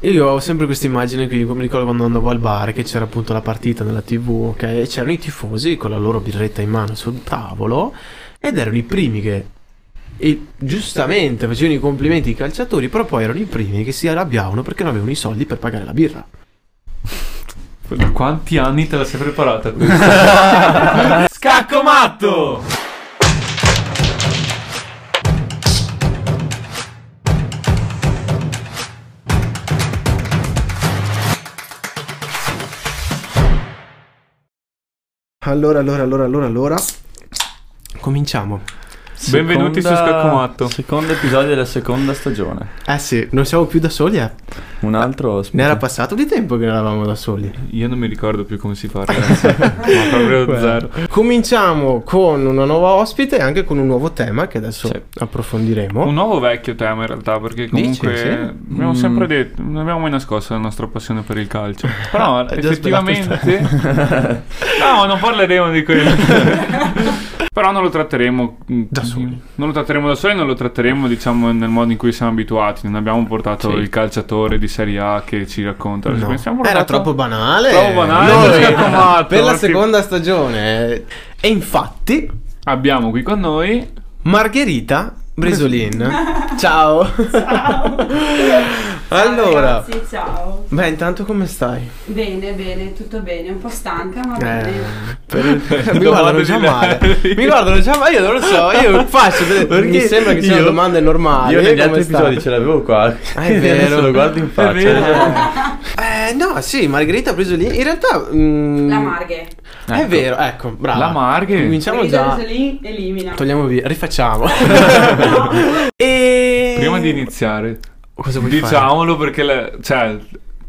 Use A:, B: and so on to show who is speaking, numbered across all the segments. A: Io ho sempre questa immagine qui, mi ricordo quando andavo al bar che c'era appunto la partita nella tv, ok? E c'erano i tifosi con la loro birretta in mano sul tavolo ed erano i primi che e giustamente facevano i complimenti ai calciatori, però poi erano i primi che si arrabbiavano perché non avevano i soldi per pagare la birra.
B: Da quanti anni te la sei preparata questa? Scacco matto!
A: Allora, allora, allora, allora, allora. Cominciamo.
B: Benvenuti su Scacco Matto.
C: Secondo episodio della seconda stagione.
A: Eh sì, non siamo più da soli, eh.
C: Un altro ospite.
A: Ne era passato di tempo che non eravamo da soli.
B: Io non mi ricordo più come si fa, ragazzi. Ma proprio zero.
A: Cominciamo con una nuova ospite e anche con un nuovo tema che adesso
C: Sì.
A: approfondiremo.
B: Un nuovo vecchio tema in realtà, perché comunque
A: Oh. Dici, sì? Mm.
B: abbiamo sempre detto, non abbiamo mai nascosto la nostra passione per il calcio. Però
A: È già
B: effettivamente... no, non parleremo di quello. Però non lo tratteremo da
A: soli.
B: Non lo tratteremo da soli, non lo tratteremo diciamo nel modo in cui siamo abituati. Non abbiamo portato
A: Sì.
B: il calciatore di Serie A che ci racconta.
A: No.
B: Abbiamo
A: Era
B: portato-
A: troppo banale.
B: Troppo banale,
A: Noi,
B: mi raccomando,
A: per la
B: perché-
A: seconda stagione. E infatti,
B: Abbiamo qui con noi
A: Margherita Bresolin. Ciao.
D: Ciao
A: allora,
D: ragazzi, ciao.
A: beh, intanto come stai?
D: Bene, bene, tutto bene, un po' stanca, ma va
A: Eh,
D: bene.
A: per- mi
B: Domande
A: guardano già
B: di
A: male.
B: Larry.
A: Mi guardano già male. Io non lo so. Io faccio.
C: Perché
A: mi sembra che siano
C: io-
A: domande normali.
C: Io negli
A: come
C: altri
A: stai?
C: episodi ce l'avevo qua.
A: Ah, è
C: Adesso
A: vero.
C: lo guardo in faccia.
A: Eh, no, sì, Margherita Bresolin. In realtà. mm,
D: La Marghe.
A: È
C: Ecco.
A: vero, ecco, brava.
B: la Marghe.
A: Cominciamo
D: Guido
A: già.
D: Rosalin elimina.
A: Togliamo via, rifacciamo. e
B: Prima di iniziare,
A: cosa vuoi fare?
B: diciamolo perché la- cioè,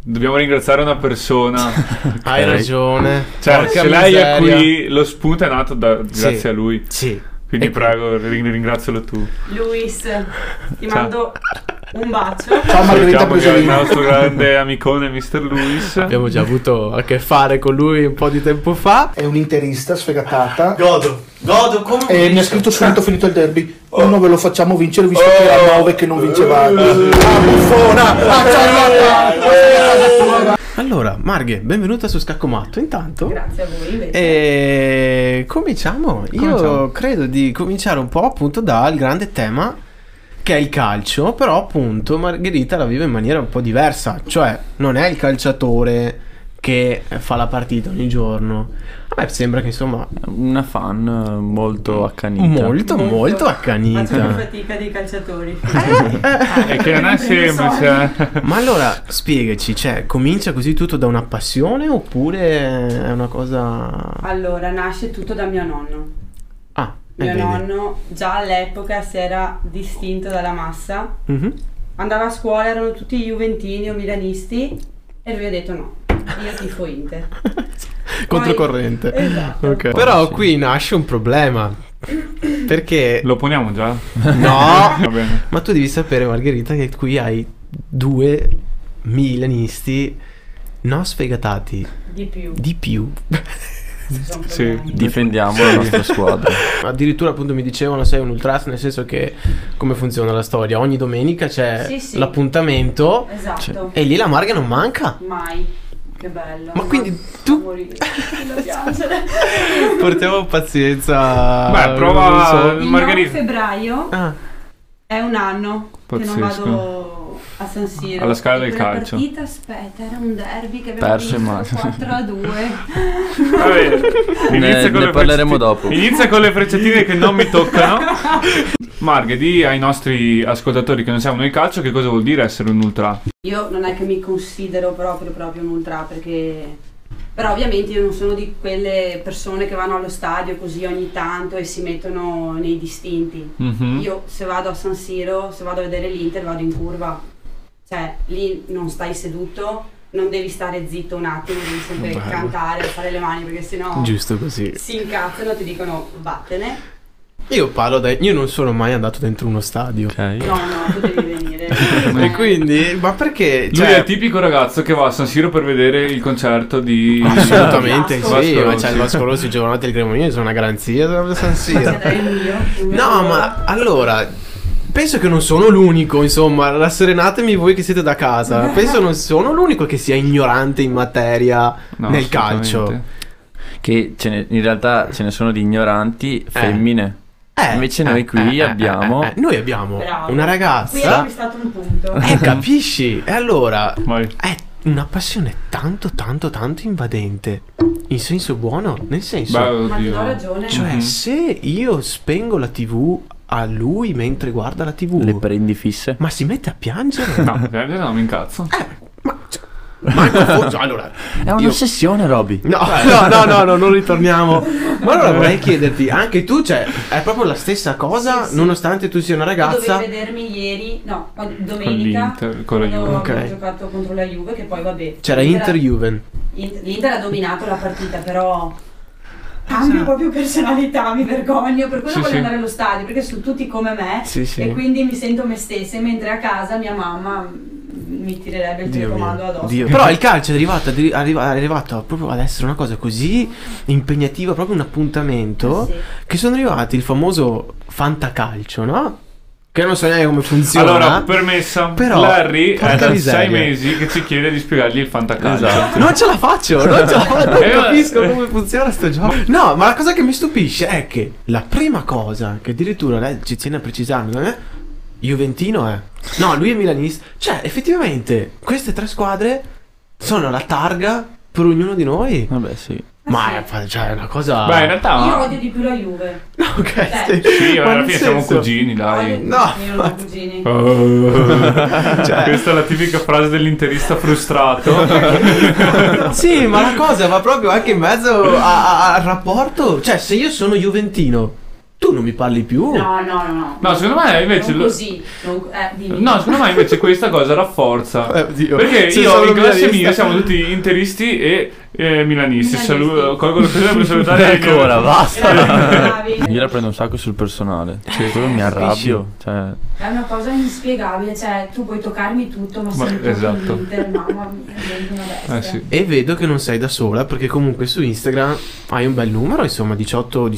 B: dobbiamo ringraziare una persona.
A: Hai ragione.
B: Cioè,
A: Porca
B: se lei è
A: miseria.
B: qui, lo spunto è nato da- grazie
A: Sì.
B: a lui.
A: Sì.
B: Quindi
A: E-
B: prego, ring- ringrazialo tu.
D: Luis, ti
B: Ciao.
D: mando un bacio.
A: Ciao Margherita
B: Salutiamo diciamo che è il
A: Bresolin.
B: nostro grande amicone Mr. Luis.
A: Abbiamo già avuto a che fare con lui un po' di tempo fa.
E: È un interista sfegatata.
F: Godo, godo come un
E: E mi ha
F: liscio.
E: scritto subito finito il derby. Non ve lo facciamo vincere visto che era 9 che non vincevate. Oh. Ah, buffona! Ah, ciao,
A: Allora, Marghe, benvenuta su Scaccomatto. Intanto.
D: Grazie a voi invece.
A: Eh, E cominciamo. Io
B: Cominciamo.
A: credo di cominciare un po' appunto dal grande tema che è il calcio, però appunto Margherita la vive in maniera un po' diversa, cioè non è il calciatore che fa la partita ogni giorno. A me sembra che insomma
C: Una fan eh, molto accanita.
A: Mm. molto molto,
D: Facciamo
A: accanita. Eh,
D: fatica dei calciatori. Eh,
B: E che non è semplice. eh.
A: Ma allora spiegaci, cioè comincia così tutto da una passione oppure è una cosa
D: Allora, nasce tutto da mio nonno.
A: Ah, eh,
D: Mio
A: vedi.
D: nonno già all'epoca si era distinto dalla massa.
A: Mhm.
D: Andava a scuola, erano tutti juventini o milanisti e lui ha detto no, io tifo Inter.
A: Controcorrente.
D: Poi- esatto.
A: Ok.
C: Poi
A: Però
C: sì.
A: qui nasce un problema. Perché
B: Lo poniamo già?
A: no,
B: Va bene.
A: ma tu devi sapere Margherita che qui hai due milanisti non sfegatati
D: Di più.
A: di più.
D: ci sono
B: Sì.
D: problemi.
C: Difendiamo la nostra squadra.
A: Addirittura appunto mi dicevano sei un ultras nel senso che come funziona la storia? Ogni domenica c'è
D: Sì, sì.
A: l'appuntamento
D: Esatto.
A: e lì la Marga non manca.
D: Mai. Che bello.
A: Ma quindi
D: Sto
A: tu-
D: morendo, da piangere.
A: Portiamo pazienza.
B: Beh,
A: non
B: prova
A: lo so.
D: Il
B: Margherita.
D: 9 febbraio
A: Ah,
D: è un anno che non
B: Pazzesco.
D: vado a San Siro.
B: Alla scala del
D: E quella
B: calcio.
D: partita, aspetta, era un derby che abbiamo
C: Perso in
D: vinto
C: mano.
D: 4 a 2.
B: Vabbè,
C: Ne- ne
B: le
C: parleremo
B: frecciatine-
C: dopo.
B: Inizia con le frecciatine che non mi toccano. Marghe, di ai nostri ascoltatori che non siamo noi calcio che cosa vuol dire essere un ultra.
D: Io non è che mi considero proprio proprio un ultra perché però ovviamente io non sono di quelle persone che vanno allo stadio così ogni tanto e si mettono nei distinti.
A: Mm.
B: Mhm.
D: Io se vado a San Siro, se vado a vedere l'Inter vado in curva. Cioè, lì non stai seduto, non devi stare zitto un attimo, devi sempre
A: Bello.
D: cantare, fare le mani perché sennò
A: giusto così.
D: si incazzano e ti dicono vattene.
A: Io parlo da. Io non sono mai andato dentro uno stadio.
C: Ok.
D: No, no, tu devi venire.
A: E quindi. Ma perché?
B: Lui
A: Cioè,
B: è il tipico ragazzo che va a San Siro per vedere il concerto di
A: assolutamente
D: Vasco
A: sì.
B: Rossi.
A: Ma c'è il Vasco Rossi, i giovanotti del Cremonini sono una garanzia da San
D: Cioè,
A: Siro.
D: dai, il mio, il mio
A: No,
D: lavoro.
A: ma allora. penso che non sono l'unico, insomma, rasserenatemi voi che siete da casa. Penso non sono l'unico che sia ignorante in materia
B: No,
A: nel
B: assolutamente.
A: calcio.
C: Che ce ne- in realtà ce ne sono di ignoranti femmine.
A: Eh,
C: Invece noi
A: eh,
C: qui
A: eh,
C: abbiamo-
A: eh, eh, noi abbiamo
D: Bravo.
A: una
D: Qui hai
A: ragazza.
D: acquistato un punto.
A: Eh, capisci? E allora
B: Vai.
A: è una passione tanto, tanto, tanto invadente. In senso buono, nel senso.
B: Beh,
D: Ma ti
B: oddio.
D: do ragione.
A: Cioè,
B: Mhm.
A: se io spengo la TV a lui mentre guarda la TV,
C: Le prendi fisse.
A: ma si mette a piangere?
B: No, in realtà non mi incazzo.
A: Ma, cioè, Marco Foggio, allora.
C: È un'ossessione, Roby.
A: No, Cioè, no, no, no, no, non ritorniamo. Ma allora vorrei chiederti, anche tu, cioè, è proprio la stessa cosa,
D: Sì, sì.
A: nonostante tu sia una ragazza.
D: Dovevi vedermi ieri, no, quando-
B: Con
D: domenica.
B: l'Inter, con la
D: quando
B: Juve.
D: abbiamo
A: Ok.
D: giocato contro la Juve, che poi vabbè.
A: C'era Inter Juven.
D: Int- L'Inter ha dominato la partita, però. Cambio proprio personalità, mi vergogno. Per quello
B: Sì,
D: voglio
B: sì.
D: andare allo stadio, perché sono tutti come me.
A: Sì, sì.
D: E quindi mi sento me stessa, mentre a casa mia mamma mm, mi tirerebbe il
A: Dio
D: telecomando
A: mio,
D: addosso.
A: Dio. Però il calcio è arrivato, addi- arriva- è arrivato proprio ad essere una cosa così impegnativa, proprio un appuntamento,
D: Sì.
A: che sono arrivati il famoso fantacalcio, no? Che non so neanche come funziona.
B: Allora, permessa,
A: eh. Però,
B: Larry è
A: porca
B: da
A: miseria. Esatto.
B: sei mesi che ci chiede di spiegargli il fantacalcio.
A: Non ce la faccio, non ce la faccio, non
B: Eh, ma-
A: capisco come funziona sto gioco. No, ma la cosa che mi stupisce è che la prima cosa che addirittura lei ci tiene a precisarmi, non è Juventino è. No, lui è milanista. Cioè, effettivamente, queste tre squadre sono la targa per ognuno di noi.
C: Vabbè, sì.
A: Ma è, fa- cioè, è una cosa...
B: Beh, in realtà...
D: Io odio di più la Juve.
A: No, ok,
D: Beh.
A: sì.
B: Sì,
A: Ma
B: alla
A: nel
B: fine siamo
A: senso-
B: cugini, dai.
D: Odio-
A: No.
D: Io non ho cugini.
B: Oh.
A: Cioè.
B: Questa è la tipica frase dell'interista frustrato.
A: Sì, ma la cosa va proprio anche in mezzo a- a- al rapporto. Cioè, se io sono Juventino, tu non mi parli più.
D: No, no, no, no.
B: No, secondo me invece
D: Non
B: lo-
D: così. non- eh, dimmi.
B: No, secondo me invece questa cosa rafforza.
A: Eh, oddio.
B: Perché
A: Se
B: io
A: sono
B: in classe
A: milanista-
B: mia siamo tutti interisti e eh, milanisti.
D: Milanisti.
B: Saluto, colgo l'occasione per salutare
C: Ancora, basta.
D: Bravi, bravi.
C: Io la prendo un sacco sul personale. Cioè, quello mi arrabbio. Cioè,
D: È una cosa inspiegabile, cioè tu puoi toccarmi tutto, ma
B: Ma-
D: se mi tocchi
B: esatto.
D: l'Inter, mamma mia, diventi una bestia.
B: Eh sì.
A: E vedo che non sei da sola perché comunque su Instagram hai un bel numero, insomma 18, 18.000,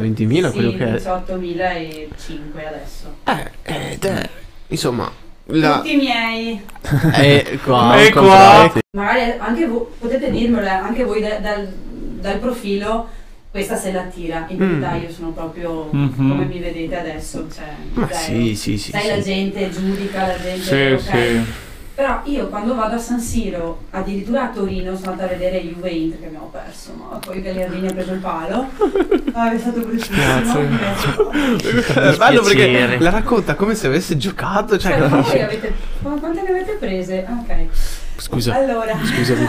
A: 20.000,
D: Sì,
A: quello che è.
D: 18.005 adesso.
A: Eh, ed è, insomma, la...
D: Tutti i miei.
A: è qua.
B: E qua
C: comprati.
D: Magari anche voi, potete dirmelo, eh, anche voi da- dal, dal profilo, questa se la tira. In
A: Mm.
D: verità io sono proprio
B: Mhm.
D: come mi vedete adesso, cioè
A: Ma
D: zero.
A: sì, sì, sì.
D: Sai
A: sì.
D: la gente giudica, la gente...
B: Sì,
D: ok.
B: sì.
D: Però io quando vado a San Siro, addirittura a Torino, sono andata a vedere Juve e Inter che abbiamo perso, ma poi Gagliardini ha preso il palo. Ah, è stato bruttissimo.
A: È bello perché
C: Dispiacere.
A: la racconta come se avesse giocato, cioè
D: Però voi
A: capisci?
D: avete... ma Quante ne avete prese? Ah, Ok.
A: Scusa,
D: Allora...
A: scusami.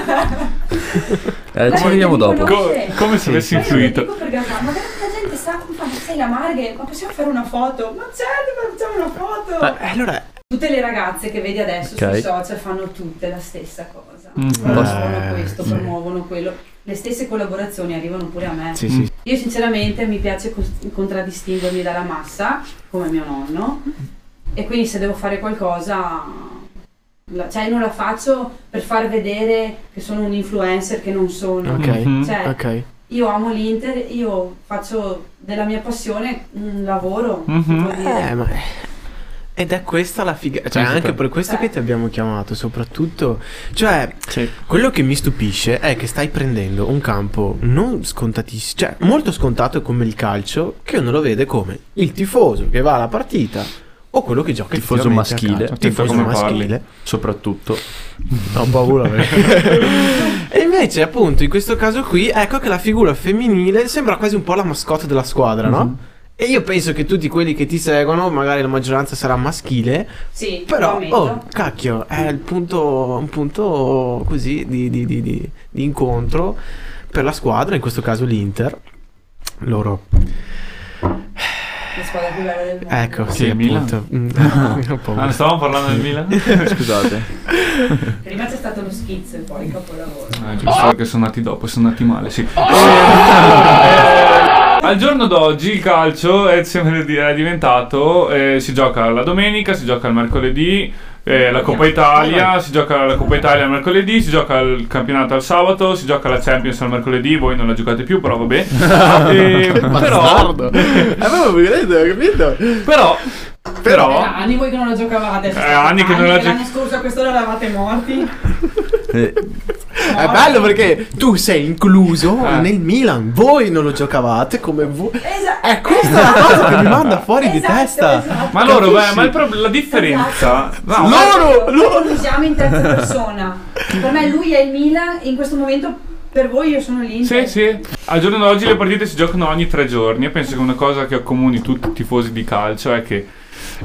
C: eh, ci
D: Dai,
C: vediamo
D: mi
C: dopo.
D: conosco.
B: Co- come se avessi
D: Poi io lo
B: influito.
D: dico perché ma magari la gente sa ma sei la Marghe, ma possiamo fare una foto? Ma certo, ma facciamo una foto!
A: Eh, allora,
D: Tutte le ragazze che vedi adesso
C: Ok.
D: sui social fanno tutte la stessa cosa.
B: Mm.
D: Promuovono
A: Eh,
D: questo,
A: sì.
D: promuovono quello. Le stesse collaborazioni arrivano pure a me.
A: sì, sì.
D: Io sinceramente mi piace cos- contraddistinguermi dalla massa, come mio nonno, e quindi se devo fare qualcosa, la- cioè non la faccio per far vedere che sono un influencer che non sono.
A: Ok.
B: Mhm.
D: Cioè,
A: Ok.
D: io amo l'Inter, io faccio della mia passione un lavoro.
B: Mhm.
D: si può dire.
A: Eh, ma... Ed è questa la figa, cioè anche per questo che ti abbiamo chiamato, soprattutto, cioè
C: Sì.
A: Quello che mi stupisce è che stai prendendo un campo non scontatissimo, cioè molto scontato come il calcio, che uno lo vede come il tifoso che va alla partita o quello che gioca
C: Tifoso
A: effettivamente a
C: maschile.
A: calcio.
B: Attento
A: Tifoso
B: come parli.
A: maschile.
C: Soprattutto.
A: Ho paura. e invece, appunto, in questo caso qui, ecco che la figura femminile sembra quasi un po' la mascotte della squadra,
B: Mhm.
A: no? E io penso che tutti quelli che ti seguono, magari la maggioranza sarà maschile,
D: Sì, lo
A: però,
D: ammetto.
A: oh, cacchio, è il punto, un punto così di, di- di- di- di incontro per la squadra, in questo caso l'Inter. Loro,
D: La squadra più bella del mondo.
A: ecco, sì,
B: Sì, Milan.
A: appunto. Mm, ho
B: Ah,
A: paura.
B: ne stavamo parlando del Milan?
C: Scusate.
D: Prima c'è stato lo schizzo e poi il capolavoro.
B: Ah, giusto, che sono nati dopo, sono nati male, sì. Al giorno d'oggi il calcio è, sempre di- è diventato, eh, si gioca la domenica, si gioca il mercoledì, eh, la Coppa Italia, si gioca la Coppa Italia il mercoledì, si gioca il campionato al sabato, si gioca la Champions al mercoledì, voi non la giocate più, però vabbè. Eh, però,
A: Bastardo. Avevo capito, capito?
B: però Però-
D: Era Eh, anni voi che non la giocavate.
B: Eh, anni che non la gio-
D: L'anno scorso a quest'ora eravate morti.
C: Eh,
A: È bello perché tu sei incluso
B: Eh.
A: nel Milan, voi non lo giocavate come voi.
D: Esatto.
B: Ecco,
A: È questa la cosa che mi manda fuori di
D: Esatto,
A: testa.
D: esatto.
B: Ma loro,
A: Capisci?
B: beh, ma il prob- la differenza... No,
A: Loro, loro.
D: Lo usiamo in terza persona. Per me lui è il Milan e in questo momento per voi io sono l'Inter.
B: Sì, sì. Al giorno d'oggi le partite si giocano ogni tre giorni e penso che una cosa che accomuni tutti i tifosi di calcio è che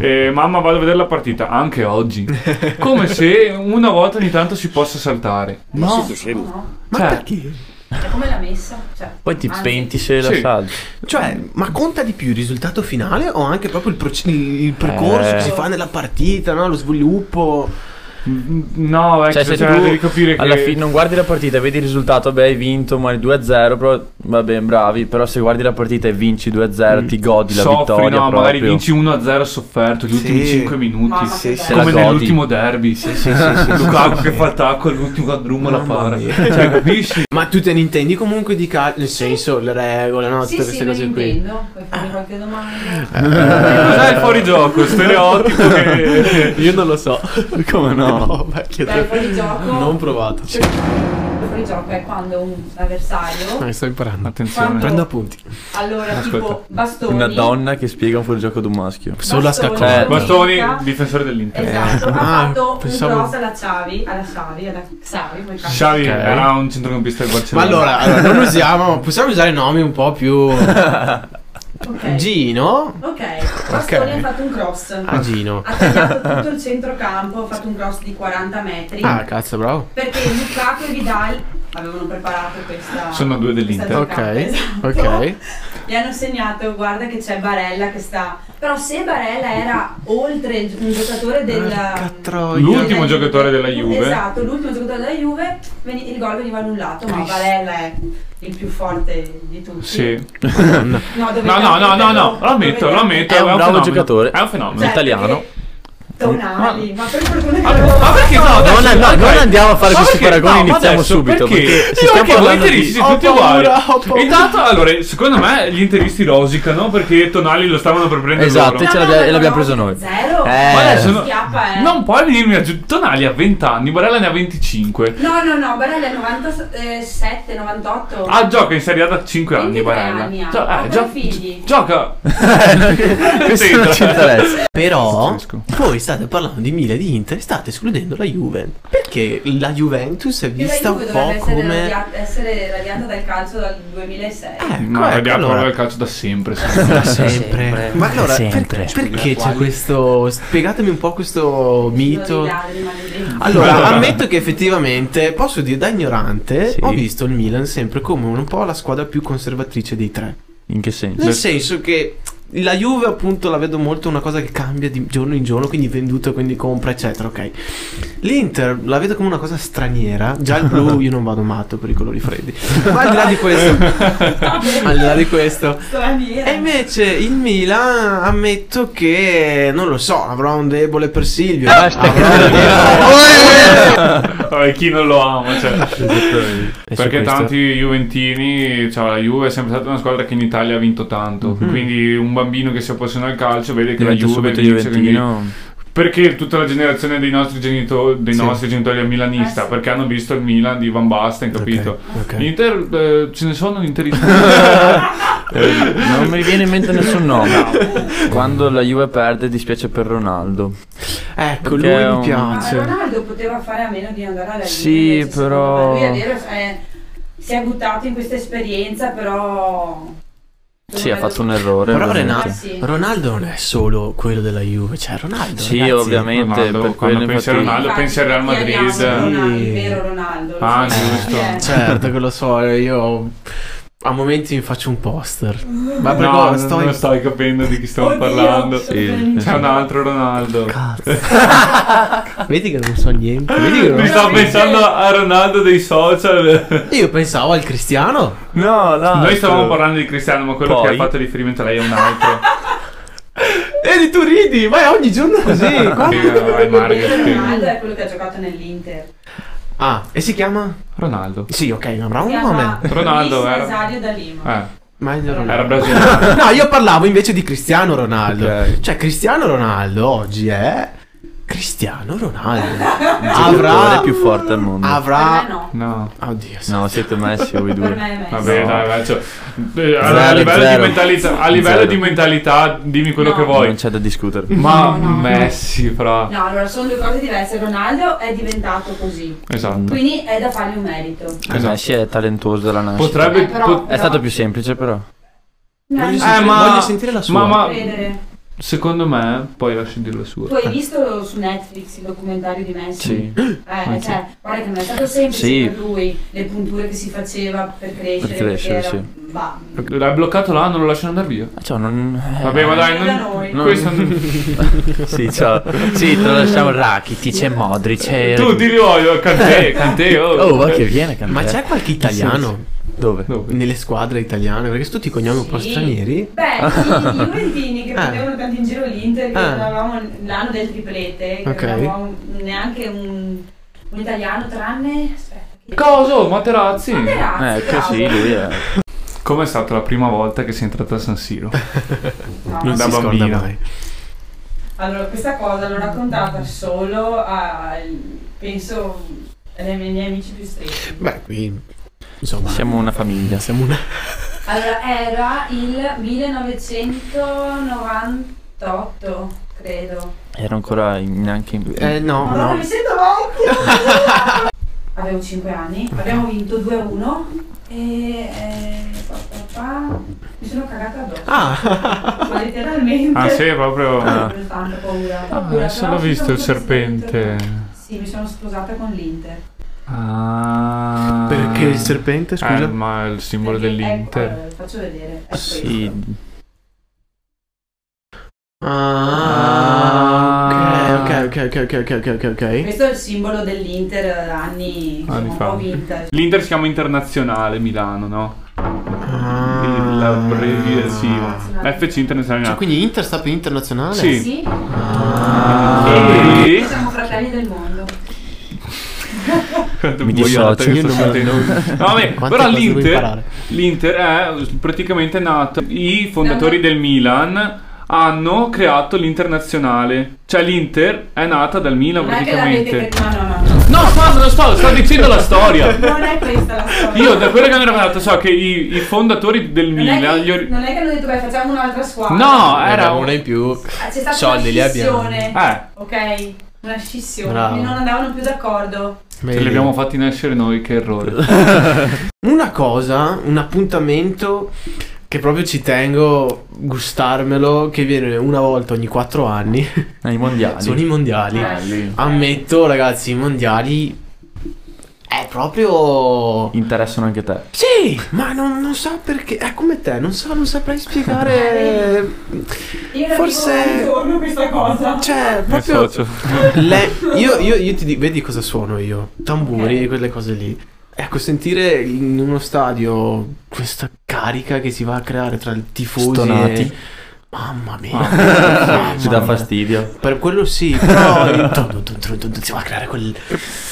B: eh, mamma vado a vedere la partita anche oggi. Come se una volta ogni tanto si possa saltare.
E: No,
D: No, no.
A: Ma
B: Cioè,
A: perché?
D: È come la messa. Cioè,
C: Poi ti
D: anzi,
C: penti se la
B: Sì.
C: salvi.
A: Cioè, ma conta di più il risultato finale o anche proprio il, proce- il- il percorso
C: Eh.
A: che si fa nella partita, no? lo sviluppo?
B: No, è
C: Cioè,
B: che
C: se
B: cioè, devi capire
C: tu alla
B: che...
C: fine non guardi la partita, vedi il risultato, beh, hai vinto, ma 2-0, però va bene, bravi. Però se guardi la partita e vinci 2-0, ti godi la
B: Mm. soffri,
C: vittoria.
B: no,
C: proprio.
B: magari vinci 1-0 sofferto gli ultimi
A: Sì.
B: 5 minuti.
D: Mamma che
C: sì.
B: Come
D: bello.
C: Se la godi.
B: nell'ultimo derby, sì, sì, Lukaku che fa tacco all'ultimo andrummo la
A: Mamma
B: para.
A: mia.
B: Cioè, capisci?
A: Ma tu te ne intendi comunque di calcio, nel senso, le regole, no?
D: Sì,
A: Tutte queste
D: sì, me
A: cose
D: ne
A: qui.
D: intendo. Puoi fare qualche domanda.
B: Eh. Cos'è il fuorigioco? Stereotipo che...
A: Io non lo so.
C: Come no?
A: No, perché
D: Dai, fuori gioco.
A: non provato.
D: Fuori gioco è quando un avversario
A: sto imparando.
B: Attenzione.
A: Prendo appunti.
D: Allora,
B: Ascolta.
D: tipo bastoni.
C: Una donna che spiega un fuorigioco ad un maschio.
A: Solo a
D: Bastoni.
A: scacco.
C: Eh,
B: Bastoni, difensore dell'Inter.
D: Esatto,
A: Ah,
D: ha fatto
A: pensavo-
D: un cross alla Xavi, alla Xavi, alla Xavi, come cazzo.
B: Xavi
A: Ok.
B: era un centrocampista del
A: Ma allora,
B: Barcellona.
A: allora, non usiamo, possiamo usare nomi un po' più
D: Ok.
A: Gino?
D: ok. Bastoni
A: Ok.
D: ha fatto un cross.
A: Ah, Gino.
D: Ha tagliato tutto il centrocampo, ha fatto un cross di 40 metri.
A: Ah, cazzo, bravo.
D: Perché Lukaku e Vidal avevano preparato questa
B: Sono due dell'Inter.
D: questa
A: Ok,
D: giocata, esatto.
A: ok.
D: Gli hanno segnato, guarda che c'è Barella che sta... Però se Barella era oltre il- un giocatore del...
A: Porca troia.
B: L'ultimo giocatore della Juve.
D: Esatto, l'ultimo giocatore della Juve, veni- il gol veniva annullato, ma Barella è il più forte di tutti.
B: Sì.
D: No, dovete
B: No, no, no, no, no, lo
D: ammetterlo,
B: ammetto,
D: dovete
B: lo ammetto.
C: È un bravo
B: fenomeno.
C: giocatore.
B: È un fenomeno.
D: Cioè,
C: italiano.
D: perché- Tonali, ma per fortuna che
B: Ma, ma perché no?
C: No,
B: adesso-
C: no,
B: ok.
C: non andiamo a fare
B: Ma
C: questi
B: perché-
C: paragoni,
B: no, ma
C: iniziamo
B: adesso
C: subito,
B: Perché?
C: perché si
B: Io
C: stiamo
B: anche voi
C: parlando di-
B: interisti
A: ho
B: tutti
A: paura,
B: uguali.
A: ho paura.
B: Intanto, allora, secondo me gli interisti rosicano perché Tonali lo stavano per prendere
C: Esatto,
B: loro.
C: e ce
D: No, no,
C: l'abbia-
D: no,
C: l'abbiamo
D: no,
C: preso noi.
D: Zero.
C: Eh.
B: Ma adesso no-
D: Schiappa, eh.
B: Non puoi venirmi a giù. Tonali ha 20 anni, Barella ne ha 25.
D: No, no, no, Barella è eh, 97, 98.
B: Ah, gioca in Serie A da 5 anni
D: 23
B: Barella.
D: anni ha.
B: Gio-
D: Ha
B: eh,
D: due
B: gio-
D: figli.
B: Gioca.
C: Eh, Questo non ci interessa.
A: Però
B: Pazzesco.
A: voi state parlando di Milan e di Inter e state escludendo la Juve. Perché la Juventus è
D: Che la
A: vista
D: Juve
A: un po'
D: dovrebbe essere,
A: come
D: radia- essere radiata dal calcio dal 2006.
A: Eh,
B: No,
A: ecco,
B: abbiamo
A: allora.
B: allora. il calcio da sempre.
A: da sempre. Ma allora, per- perché c'è questo spiegatemi un po' questo
D: Sono
A: mito?
D: dei ladri maledetti.
A: Allora, ammetto che effettivamente, posso dire da ignorante,
C: Sì.
A: ho visto il Milan sempre come un po' la squadra più conservatrice dei tre.
C: In che senso?
A: Nel senso che la Juve appunto la vedo molto una cosa che cambia di giorno in giorno, quindi venduta, quindi compra, eccetera, ok. L'Inter la vedo come una cosa straniera, già il blu io non vado matto per i colori freddi, ma al di là di questo, al di là di questo.
D: Straniera.
A: E invece il Milan ammetto che non lo so, avrò un debole per Silvio.
B: Vabbè, chi non lo ama, cioè. Perché tanti
A: tanti
B: juventini, cioè la Juve è sempre stata una squadra che in Italia ha vinto tanto, quindi un bambino che si appassiona al calcio vede che
C: Mhm. Diventa
B: la Juve
C: subito
B: vince, quindi...
C: Juventino.
B: Perché tutta la generazione dei nostri genitori, dei
A: Sì.
B: nostri genitori è milanista,
D: Eh sì.
B: perché hanno visto il Milan di Van Basten, capito?
A: Ok, ok.
B: L'Inter, eh, ce ne sono interisti.
C: Eh, Non mi viene in mente nessun nome. Quando la Juve perde, dispiace per Ronaldo.
A: Ecco,
C: Perché
A: lui
C: è
A: mi
C: un-
D: Ma
A: piace.
D: Ah, Ronaldo poteva fare a meno di andare alla Juve.
C: Sì,
D: invece, secondo
C: però-
D: me. Lui è vero, è- si è buttato in questa esperienza, però...
C: Sì, ha fatto un errore.
D: errore.
A: Però
C: ovviamente.
A: Renal-
D: Sì.
A: Ronaldo non è solo quello della Juve, cioè Ronaldo.
C: Sì,
A: ragazzi,
C: ovviamente.
B: Ronaldo,
C: per
B: quando
C: quello
B: pensi a
C: infatti-
B: Ronaldo, pensi al Real Madrid.
D: Il vero Ronaldo. lo
B: Ah,
D: sai.
B: giusto.
D: Chi è?
A: Certo che lo so, io a momenti mi faccio un poster. Ma perché
B: no,
A: sto
B: non
A: in...
B: stai capendo di chi stiamo
D: Oddio,
B: Cioè, parlando. Cioè,
D: sono veramente-
B: C'è un altro Ronaldo.
A: Cazzo. Vedi che non so niente. Vedi che non
B: Mi
A: so-
B: sto
D: Veramente?
B: pensando a Ronaldo dei social.
A: Io pensavo al Cristiano.
C: No, no.
B: Noi stavamo parlando di Cristiano, ma quello che
C: Ah, Poi?
B: ha fatto riferimento a lei è un altro.
A: Vedi, Eh, tu ridi, ma è ogni giorno così. qua.
B: Sì, vai,
D: Il
B: Mario,
D: vero
B: sì.
D: Ronaldo è quello che ha giocato nell'Inter.
A: ah, e si chiama?
B: Ronaldo.
A: Sì, ok, ma avrà un
D: Si chiama
A: nome.
B: Ronaldo,
D: Luis
B: era-
D: Nazario da Lima.
B: Eh.
A: Meglio Ronaldo.
B: Era brasiliano.
A: No, io parlavo invece di Cristiano Ronaldo.
C: Ok.
A: Cioè, Cristiano Ronaldo oggi è Cristiano Ronaldo. avrà
C: è più forte al mondo.
A: avrà
D: Per me
B: No.
D: no.
A: Oddio. sì.
C: No, siete messi voi
D: Per
C: due.
D: me è Messi.
B: Vabbè, dai, vai, cioè, eh, a- a
C: Zero,
B: livello,
C: zero.
B: di mentalità, a livello
C: Zero.
B: di mentalità, dimmi quello
D: No.
B: che
C: Non
B: vuoi.
C: c'è da discutere.
B: Ma
D: No, no, no.
B: Messi, fra.
D: No, allora sono due cose diverse. Ronaldo è diventato così,
B: Esatto.
D: quindi è da fargli un merito.
B: Esatto.
C: Messi è talentoso dalla nascita.
B: Potrebbe.
D: Eh, però-
B: pot-
C: È stato più semplice però.
D: No,
A: Voglio,
D: non
A: sentire,
B: Eh, ma-
A: voglio sentire la sua.
B: ma- ma-
D: ci credere.
B: secondo me, poi lascio dire la sua.
D: Tu hai visto su Netflix il documentario di Messi?
C: Sì.
D: Eh, cioè, guarda che non è stato semplice
C: Sì.
D: per lui le punture che si faceva per crescere.
C: Per crescere,
D: perché era-
C: sì.
D: bah,
B: L'ha bloccato là, non lo lasciano andare via.
C: Ah, Cioè, non... eh,
B: Vabbè, ma dai,
D: Da
B: non,
D: noi.
B: non- questo non-
C: Sì, ciao. Sì, te lo lasciamo Rakitic c'è Modric. c'è-
B: Tu ti voglio,
A: Eh.
B: Cantè, Cantè, oh.
C: Oh, va che viene, Kanté.
A: Ma c'è qualche italiano
C: Dove?
B: Dove?
A: nelle squadre italiane? Perché tutti cognomi un po'
D: Sì.
A: stranieri.
D: Beh, i, i Juventini che
A: Ah.
D: prendevano tanto in giro l'Inter, che
A: Ah.
D: non avevamo l'anno del triplete, che
A: Ok.
D: non avevamo neanche un, un italiano, tranne. Aspetta, chi-
B: Coso, Materazzi.
A: Mm,
D: Materazzi,
C: Eh, che sì,
D: bravo.
C: lui è...
B: Com'è stata la prima volta che sei entrata a San Siro?
D: No,
A: Non
B: Da
A: si scorda
B: bambino.
A: mai.
D: Allora, questa cosa l'ho raccontata solo a, penso, ai miei amici più stretti.
A: Beh, qui. Insomma, siamo,
C: Siamo una famiglia.
A: una.
D: Allora, era il 1998, credo.
C: Era ancora in- neanche in...
A: Eh, no,
D: Madonna,
A: no.
D: mi sento vecchia! Avevo 5 anni, abbiamo vinto 2-1 e... eh, pa, pa, pa, mi sono cagata addosso.
A: Ah,
D: Ma letteralmente.
B: Ah, sì, proprio.
D: Ho avuto tanta paura.
B: Ah,
D: paura,
B: adesso
D: però
B: l'ho
D: mi
B: visto
D: sono
B: il serpente.
D: sposata- Sì, mi sono sposata con l'Inter.
B: Ah.
A: perché il serpente, scusa?
B: Eh, ma è il simbolo
D: Perché-
B: dell'Inter.
D: ecco, allora, faccio vedere. È
C: Sì.
D: questo.
A: Ah, ok, ok, ok, ok, ok, ok, ok, ok.
D: Questo è il simbolo dell'Inter eh, anni, insomma,
B: Anni
D: un
B: fa.
D: po' vintage.
B: L'Inter si chiama Internazionale Milano, no?
A: Ah.
B: L'abbreviazione. FC Internazionale
A: Cioè,
B: Milano.
A: quindi Inter sta per internazionale? Ah.
B: Sì. Ah.
D: Sì,
B: E-
D: siamo fratelli del mondo.
A: Cioè,
B: Quante
C: Mi
B: boiate che
C: dissocio, io
B: sto
C: non-
B: sentendo. No, vabbè,
A: Quante
B: però
A: cose devo
B: l'Inter,
A: imparare.
B: l'Inter è praticamente nato. I fondatori del Milan hanno creato l'internazionale. Cioè l'Inter è nata dal Milan
D: Non è che l'avete
B: praticamente.
D: creato. No, no, no.
B: No, basta, lo sto, sto dicendo la storia.
D: Non è questa la storia.
B: Io da quello che mi hanno raccontato so che i, i fondatori del
D: non, è
B: Milan...
D: che,
B: gli ori-
D: non è che hanno detto, beh, facciamo un'altra squadra.
B: No,
A: Ne
B: era
A: abbiamo
B: un...
A: una in più.
D: Ah, C'è stata
A: Soldi li
D: una
A: abbiamo.
D: scissione.
B: Eh,
D: Ok, una scissione.
A: Bravo.
D: quindi Non andavano più d'accordo.
B: ce li abbiamo fatti nascere noi, che errore.
A: Una cosa, un appuntamento che proprio ci tengo gustarmelo, che viene una volta ogni quattro anni,
C: Nei mondiali.
A: sono i mondiali.
B: Ah,
D: Eh,
C: lì.
A: Ammetto, ragazzi, i mondiali è proprio...
C: Interessano anche te.
A: Sì, ma non, non so perché, è come te, non so, non saprei spiegare...
D: Io la
A: Forse-
D: vivo ogni giorno questa cosa.
A: Cioè,
B: Mi
A: proprio...
B: associo.
A: Le- io, io- io ti dico, vedi cosa suono io? Tamburi e quelle cose lì. Ecco, sentire in uno stadio questa carica che si va a creare tra il tifosi
C: Stonati.
A: e... Mamma mia.
B: Ah,
A: Mamma
C: Ci dà
A: mia.
C: fastidio.
A: Per quello sì, però il- dun, dun, dun, dun, dun, si va a creare quel...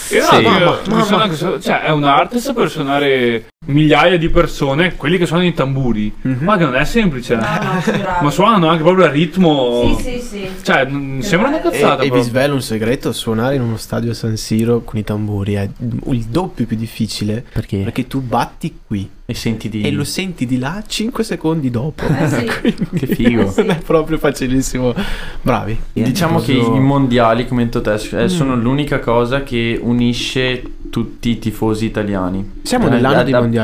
B: E
C: Sì.
B: no,
A: Mamma,
B: io- mi sono
A: mamma.
B: anche so- cioè, è un artist per suonare migliaia di persone, quelli che suonano i tamburi.
A: Mhm.
B: Ma che non è semplice.
D: No, no, sono bravo.
B: cioè, Ma suonano anche proprio a ritmo.
D: Sì, sì, sì.
B: Cioè, non- sembra una
D: E-
A: E,
B: cazzata.
A: e vi
B: però.
A: svelo Eh, un segreto, suonare in uno stadio a San Siro con i tamburi è il doppio più difficile
C: Perché?
A: perché tu batti qui
C: E senti di...
A: e lo senti di là 5 secondi dopo.
D: Eh sì.
C: Che figo.
D: Sì.
A: Non è proprio facilissimo. Bravi.
C: Diciamo che
A: Posso-
C: i mondiali, come detto te, eh, sono l'unica cosa che unisce tutti i tifosi italiani.
A: Siamo
C: Eh,
A: nell'anno
C: da-
A: dei
C: da-
A: mondiali.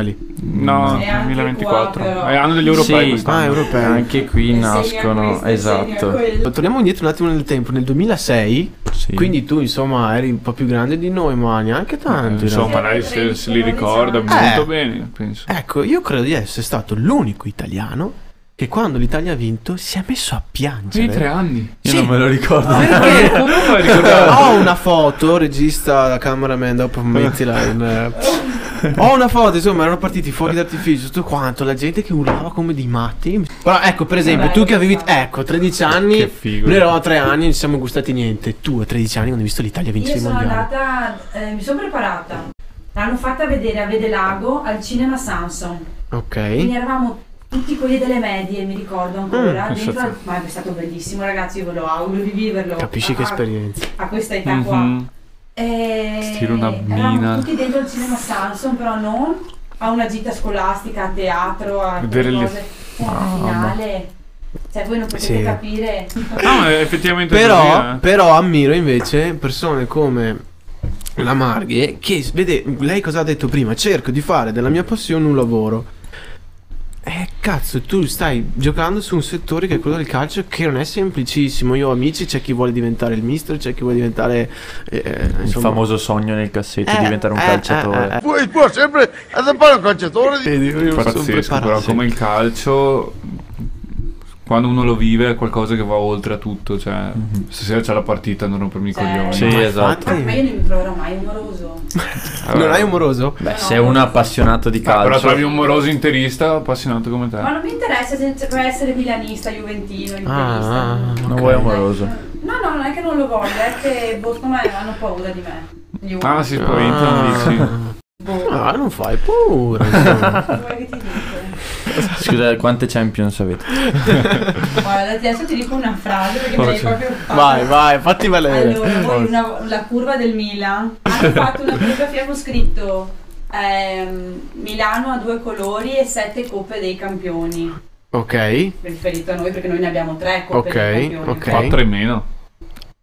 B: No,
D: E anche
B: 2024.
D: qua, però.
B: È anno Eh, degli europei
C: Sì.
B: quest'anno.
A: Ah, europei.
C: Anche qui
D: Insegna
C: nascono...
D: questo, insegna
C: Esatto.
D: quello.
A: Torniamo indietro un attimo nel tempo, nel 2006,
C: Sì.
A: quindi tu insomma eri un po' più grande di noi, ma neanche tanto. in
B: eh, Insomma,
D: no.
B: lei se, se li ricorda
D: Eh.
B: molto bene, penso.
A: realtà. Ecco, io credo di essere stato l'unico italiano che quando l'Italia ha vinto si è messo a
B: Sì, tre
A: piangere.
B: anni.
C: Io
A: Sì.
C: non me lo ricordo.
A: Perché?
B: Come fai a ricordare?
A: Ho una foto, regista, cameraman, dopo mettila in... eh. Ho una foto, insomma, erano partiti i fuochi d'artificio, tutto quanto, la gente che urlava come dei matti. Però ecco, per esempio, tu che avevi, ecco, 13
B: Che
A: anni,
B: figo.
A: noi eravamo a 3 anni, non ci siamo gustati niente. Tu a 13 anni, quando hai visto l'Italia
D: Io
A: vincere i
D: sono
A: mondiali.
D: andata, eh, mi sono preparata. L'hanno fatta vedere a Vedelago al cinema Samson.
A: Ok.
D: Quindi eravamo tutti quelli delle medie, mi ricordo ancora.
B: Mm,
D: dentro-
B: pensa
D: ma è stato bellissimo, ragazzi. Io ve lo auguro di viverlo.
A: Capisci che
D: a-
A: esperienza.
D: A questa età qua.
B: Mhm.
D: E...
B: Stile una mina.
D: Eravamo tutti dentro il cinema Samson, però non a una gita scolastica, a teatro, a
B: Vedere
D: quelle
B: le-
D: cose. Un
B: Mamma.
D: finale. Cioè, voi non potete
A: Sì.
D: capire.
B: No, ma è effettivamente
A: Però,
B: così, eh.
A: però ammiro invece persone come la Marghe che vede lei cosa ha detto prima cerco di fare della mia passione un lavoro eh cazzo tu stai giocando su un settore che è quello del calcio che non è semplicissimo io ho amici c'è chi vuole diventare il mister c'è chi vuole diventare eh,
C: Il
A: insomma-
C: famoso sogno nel cassetto
A: Eh,
C: di diventare un
A: eh,
C: calciatore.
A: eh, eh, eh.
G: Poi può sempre attaccare un calciatore di...
A: Vedi, io sono
B: Pazzesco,
A: preparato.
B: però come il calcio quando uno lo vive è qualcosa che va oltre a tutto, cioè stasera c'è la partita, non rompermi i
D: Cioè,
B: coglioni.
C: Sì,
D: ma-
C: esatto.
D: Ma io non mi troverò mai amoroso.
A: non hai umoroso?
C: Beh, se uno è appassionato di
B: Ah, però
C: calcio.
B: trovi un moroso interista appassionato come te.
D: Ma non mi interessa se se puoi essere milanista, juventino, interista.
A: Ah, ah,
C: non vuoi amoroso.
D: No, no, non è che non lo voglio, è che boh, secondo me hanno paura di me. Gli uomini.
B: Ah, si spaventano, dici.
D: Boh,
A: ah, non fai pure insomma.
D: cosa vuoi che ti dico?
C: Scusa, quante Champions avete?
D: Guarda, adesso ti dico una frase perché mi hai
B: Forza.
D: proprio fatto.
A: vai vai fatti valere
D: Allora, voi una- la curva del Milan hanno fatto una fotografia con scritto ehm, Milano ha due colori e sette coppe dei campioni.
A: ok
D: Riferito a noi perché noi ne abbiamo tre coppe
A: Ok,
D: dei campioni.
A: ok.
B: Quattro e meno.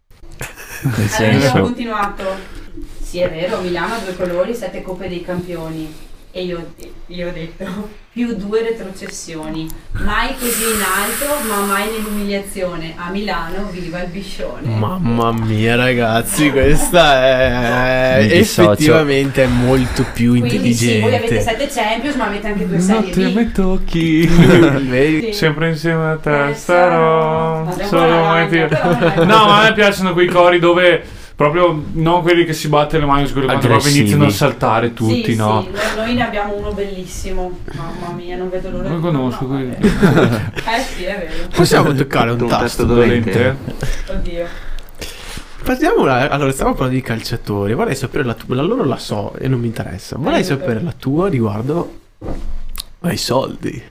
C: Nel
D: Allora io ho
C: senso.
D: continuato. Sì, è vero, Milano ha due colori, sette coppe dei campioni. E io, io ho detto più due retrocessioni. Mai così in alto, ma mai nell'umiliazione. A Milano viva il biscione.
A: Mamma mia ragazzi, questa è
C: Mi dissocio.
A: effettivamente è molto più
D: Quindi sì, voi avete
A: intelligente.
D: sette Champions, ma avete anche due serie B.
B: tocchi.
A: Vedi?
D: Sì.
B: Sempre insieme a te
D: Eh,
B: starò.
D: sarà-
B: Solo
D: sarà-
B: momenti.
D: però-
B: No, ma a me piacciono quei cori dove proprio non quelli che si batte le mani su quelli quando proprio
C: Aggressivi.
B: iniziano a saltare tutti,
D: sì,
B: no?
D: Sì, noi- noi ne abbiamo uno bellissimo. Mamma mia, non vedo l'ora.
B: Non conosco
D: no,
B: quelli.
D: vabbè. Eh sì, è vero.
A: Possiamo toccare un tasto.
B: Dolente.
D: Oddio.
A: Partiamo da- allora, stiamo parlando di calciatori. Vorrei sapere la tua. La loro la so e non mi interessa. Vorrei
D: Aiuto.
A: sapere la tua riguardo ai soldi.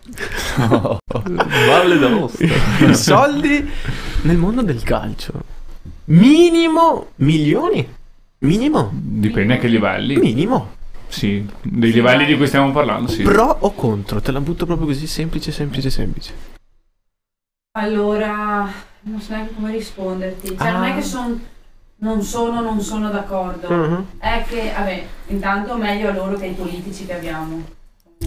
C: Valle d'Aosta.
A: I soldi nel mondo del calcio. Minimo milioni. Minimo.
B: Dipende a che livelli.
A: Minimo.
B: Sì, dei livelli di cui stiamo parlando, sì.
A: Pro o contro? Te la butto proprio così semplice, semplice, semplice.
D: Allora, non so neanche come risponderti. Cioè,
A: Ah.
D: non è che son- non sono, non sono d'accordo.
A: Mhm.
D: È che, vabbè, intanto meglio a loro che ai politici che abbiamo. Di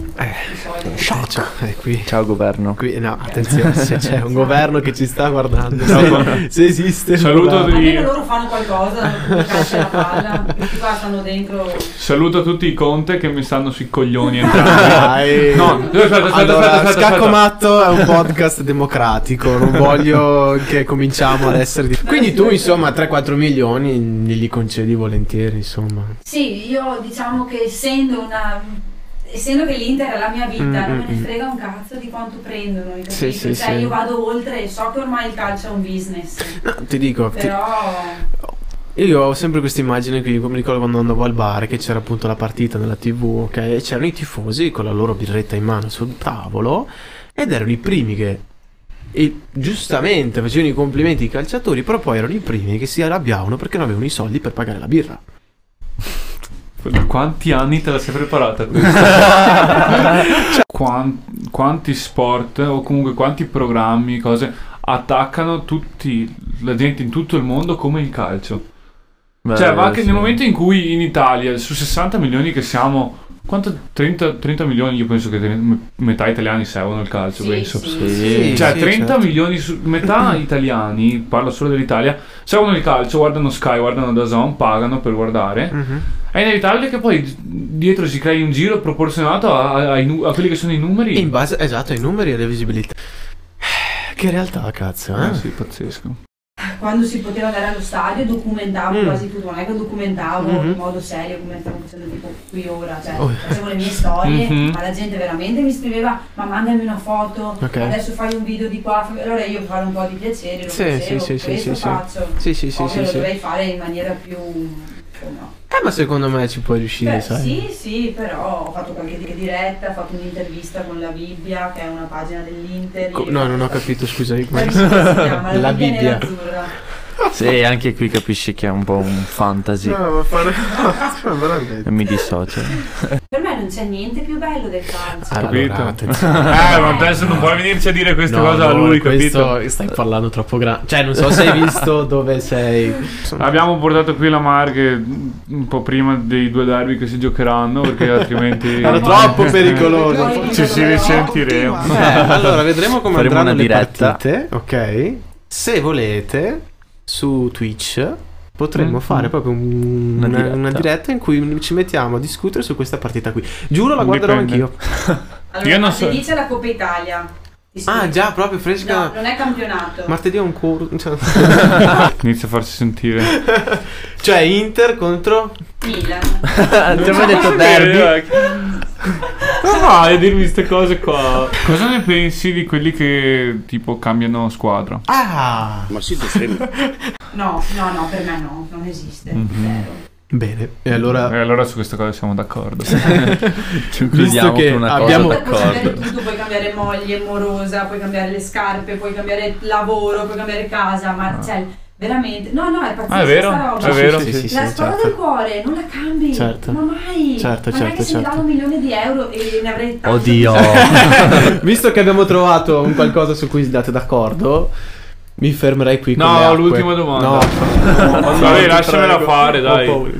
D: solito.
A: Eh, cioè, è qui.
C: Ciao governo.
A: Qui, no, attenzione, se c'è un governo che ci sta guardando, se, se esiste. il
B: Saluto
A: governo.
D: Almeno loro fanno qualcosa, calcio la palla, tutti qua stanno dentro.
B: Saluto tutti i Conte che mi stanno sui coglioni entrambi.
A: Dai.
B: No, aspetta, aspetta,
A: Allora,
B: aspetta, aspetta,
A: Scacco
B: aspetta.
A: Matto è un podcast democratico, non voglio che cominciamo ad essere... di- Quindi tu, insomma, 3-4 milioni glieli concedi volentieri, insomma.
D: Sì, io diciamo che essendo una. Essendo che l'Inter è la mia vita,
A: Mm,
D: non me
A: mm,
D: ne
A: mm.
D: frega un cazzo di quanto prendono, hai
A: Sì,
D: capito?
A: sì,
D: cioè
A: sì.
D: io vado oltre, so che ormai il calcio è un business,
A: No, ti dico, ti-
D: però...
A: Io ho sempre questa immagine qui, mi ricordo quando andavo al bar che c'era appunto la partita nella tv, ok? E c'erano i tifosi con la loro birretta in mano sul tavolo ed erano i primi che e giustamente facevano i complimenti ai calciatori, però poi erano i primi che si arrabbiavano perché non avevano i soldi per pagare la birra.
B: Da quanti anni te la sei preparata quanti, quanti sport o comunque quanti programmi, cose attaccano tutti la gente in tutto il mondo come il calcio. cioè, ma anche nel momento in cui in Italia su 60 milioni che siamo quanto 30, 30 milioni io penso che te- metà italiani seguono il calcio,
D: Sì,
B: penso.
D: sì,
C: Sì.
B: Cioè,
A: sì,
B: 30
A: certo.
B: milioni, su- metà italiani, parlo solo dell'Italia, seguono il calcio, guardano Sky, guardano DAZN, pagano per guardare.
A: Mhm.
B: È inevitabile che poi d- dietro si crei un giro proporzionato a, a- ai nu- a quelli che sono i numeri.
A: In base, esatto, ai numeri e alle visibilità. Che realtà, cazzo, eh?
B: Eh sì, pazzesco.
D: quando si poteva andare allo stadio documentavo
A: Mm.
D: quasi tutto, non è che documentavo
A: Mhm.
D: in modo serio come stavo facendo tipo qui ora, cioè
A: Oh. Mm-hmm.
D: facevo le mie storie,
B: Mhm.
D: ma la gente veramente mi scriveva ma mandami una foto,
A: Ok.
D: adesso fai un video di qua, fai-". allora io per fare un po' di piacere, lo
A: Sì,
D: facevo,
A: sì, sì, sì,
D: questo
A: sì, sì.
D: faccio,
A: Sì, sì, sì,
D: Ovvio
A: sì,
D: lo
A: sì.
D: dovrei fare in maniera più... insomma,
A: Eh, ma secondo me ci puoi riuscire,
D: Beh,
A: sai.
D: sì, sì, però ho fatto qualche di- diretta, ho fatto un'intervista con la Bibbia, che è una pagina dell'Inter.
A: Co- no, non ho capito, scusami.
D: Come
A: come-
D: si chiama?
A: La
D: La Bibbia
A: Bibbia.
D: nerazzurra.
C: Sì, anche qui capisci che è un po' un fantasy.
A: No, ma fare. ma veramente.
C: Non mi dissocio.
D: Per me non c'è niente più bello del calcio.
B: Capito.
A: Allora, attenzione.
B: Eh, ma adesso non puoi venirci a dire queste cose a lui,
A: questo
B: capito?
A: Stai parlando troppo grande. Cioè, non so se hai visto dove sei.
B: Abbiamo portato qui la Marche un po' prima dei due derby che si giocheranno, perché altrimenti...
A: Era troppo pericoloso.
D: Poi-
B: Ci si risentiremo.
A: Eh, allora, vedremo come
C: Faremo
A: andranno
C: una
A: le
C: diretta.
A: partite. Ok. Se volete, su Twitch potremmo
B: Mm.
A: fare proprio un-
C: Una
A: una,
C: diretta.
A: una diretta in cui ci mettiamo a discutere su questa partita qui. Giuro, la guarderò
B: Dipende.
A: anch'io.
D: Allora,
B: Io non
D: martedì
B: so-
D: c'è la Coppa Italia. Ti
A: Ah,
D: scrivi.
A: già, proprio
D: No,
A: fresca.
D: non è campionato.
A: Martedì è un cur. Cioè,
B: Inizia a farsi sentire.
A: cioè, Inter contro.
D: Milan.
C: Ti ho detto derby.
B: Come fai a dirmi queste cose qua? Cosa ne pensi di quelli che tipo cambiano squadra?
A: Ah!
D: No, no, no, per me no, non esiste.
B: Mhm.
D: Zero.
A: Bene, e allora
B: E Eh, allora su questa cosa siamo d'accordo.
A: Visto
C: Concludiamo
A: che
C: con una
A: abbiamo-
C: cosa
D: Poi puoi cambiare
C: d'accordo.
D: tutto, puoi cambiare moglie, morosa, puoi cambiare le scarpe, puoi cambiare lavoro, puoi cambiare casa, ma cioè, veramente. No, no, è pazzesca
B: Ah, è vero?
D: sta roba.
B: È vero?
A: Sì, sì, sì,
D: la
A: sì,
D: squadra
A: certo.
D: del cuore non la cambi,
A: Certo.
D: ma mai.
A: Certo,
D: ma non è
A: certo,
D: che se mi
A: certo.
D: danno un milione di euro e ne avrei tanto
C: Oddio.
A: Visto che abbiamo trovato un qualcosa su cui date d'accordo, mi fermerei qui. con
B: No,
A: le acque.
B: l'ultima domanda.
A: No,
B: Vabbè,
A: ti
B: lasciamela
A: prego.
B: fare, dai.
A: Ho paura.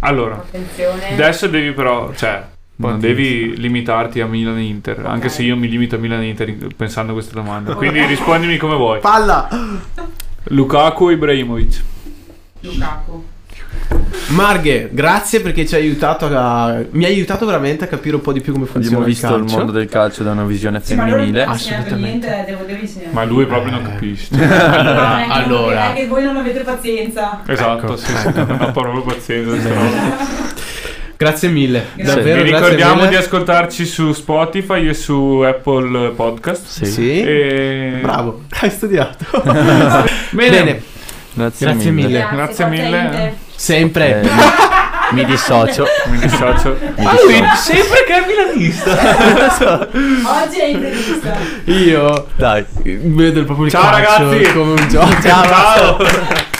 B: Allora,
D: Attenzione.
B: adesso devi però, cioè, non devi limitarti a Milan e Inter, anche se io mi limito a Milan e Inter pensando a questa domanda. Quindi rispondimi come vuoi.
A: Palla.
B: Lukaku o Ibrahimovic?
D: Lukaku.
A: Marghe, grazie perché ci hai aiutato a... Mi hai aiutato veramente a capire un po' di più come funziona
C: Abbiamo visto il
A: calcio.
C: mondo del calcio da una visione
D: Sì, ma loro non Ah,
C: femminile.
D: insegnano per niente, devo, devo insegnare.
B: Ma lui proprio
A: Eh.
B: non capisce.
D: Ah, ecco,
A: allora.
D: è che voi non avete pazienza.
B: esatto, sì, sì,
A: Ecco.
B: una parola pazienza.
A: Grazie mille,
D: Grazie.
A: davvero
B: Vi
A: grazie
B: ricordiamo
A: mille.
B: di ascoltarci su Spotify e su Apple Podcast.
C: Sì.
A: Sì,
B: E...
A: bravo, hai studiato.
B: Bene.
A: Bene,
C: Grazie,
A: Grazie mille.
B: Grazie
D: forza
B: mille.
D: Inter.
A: sempre.
C: Eh, mi dissocio.
B: Mi dissocio.
A: Ah,
C: Mi dissocio.
B: sempre che è milanista.
D: Oggi è intervista.
A: Io
C: Dai.
A: vedo proprio il
B: Ciao,
A: calcio
B: ragazzi.
A: come un gioco.
B: Ciao.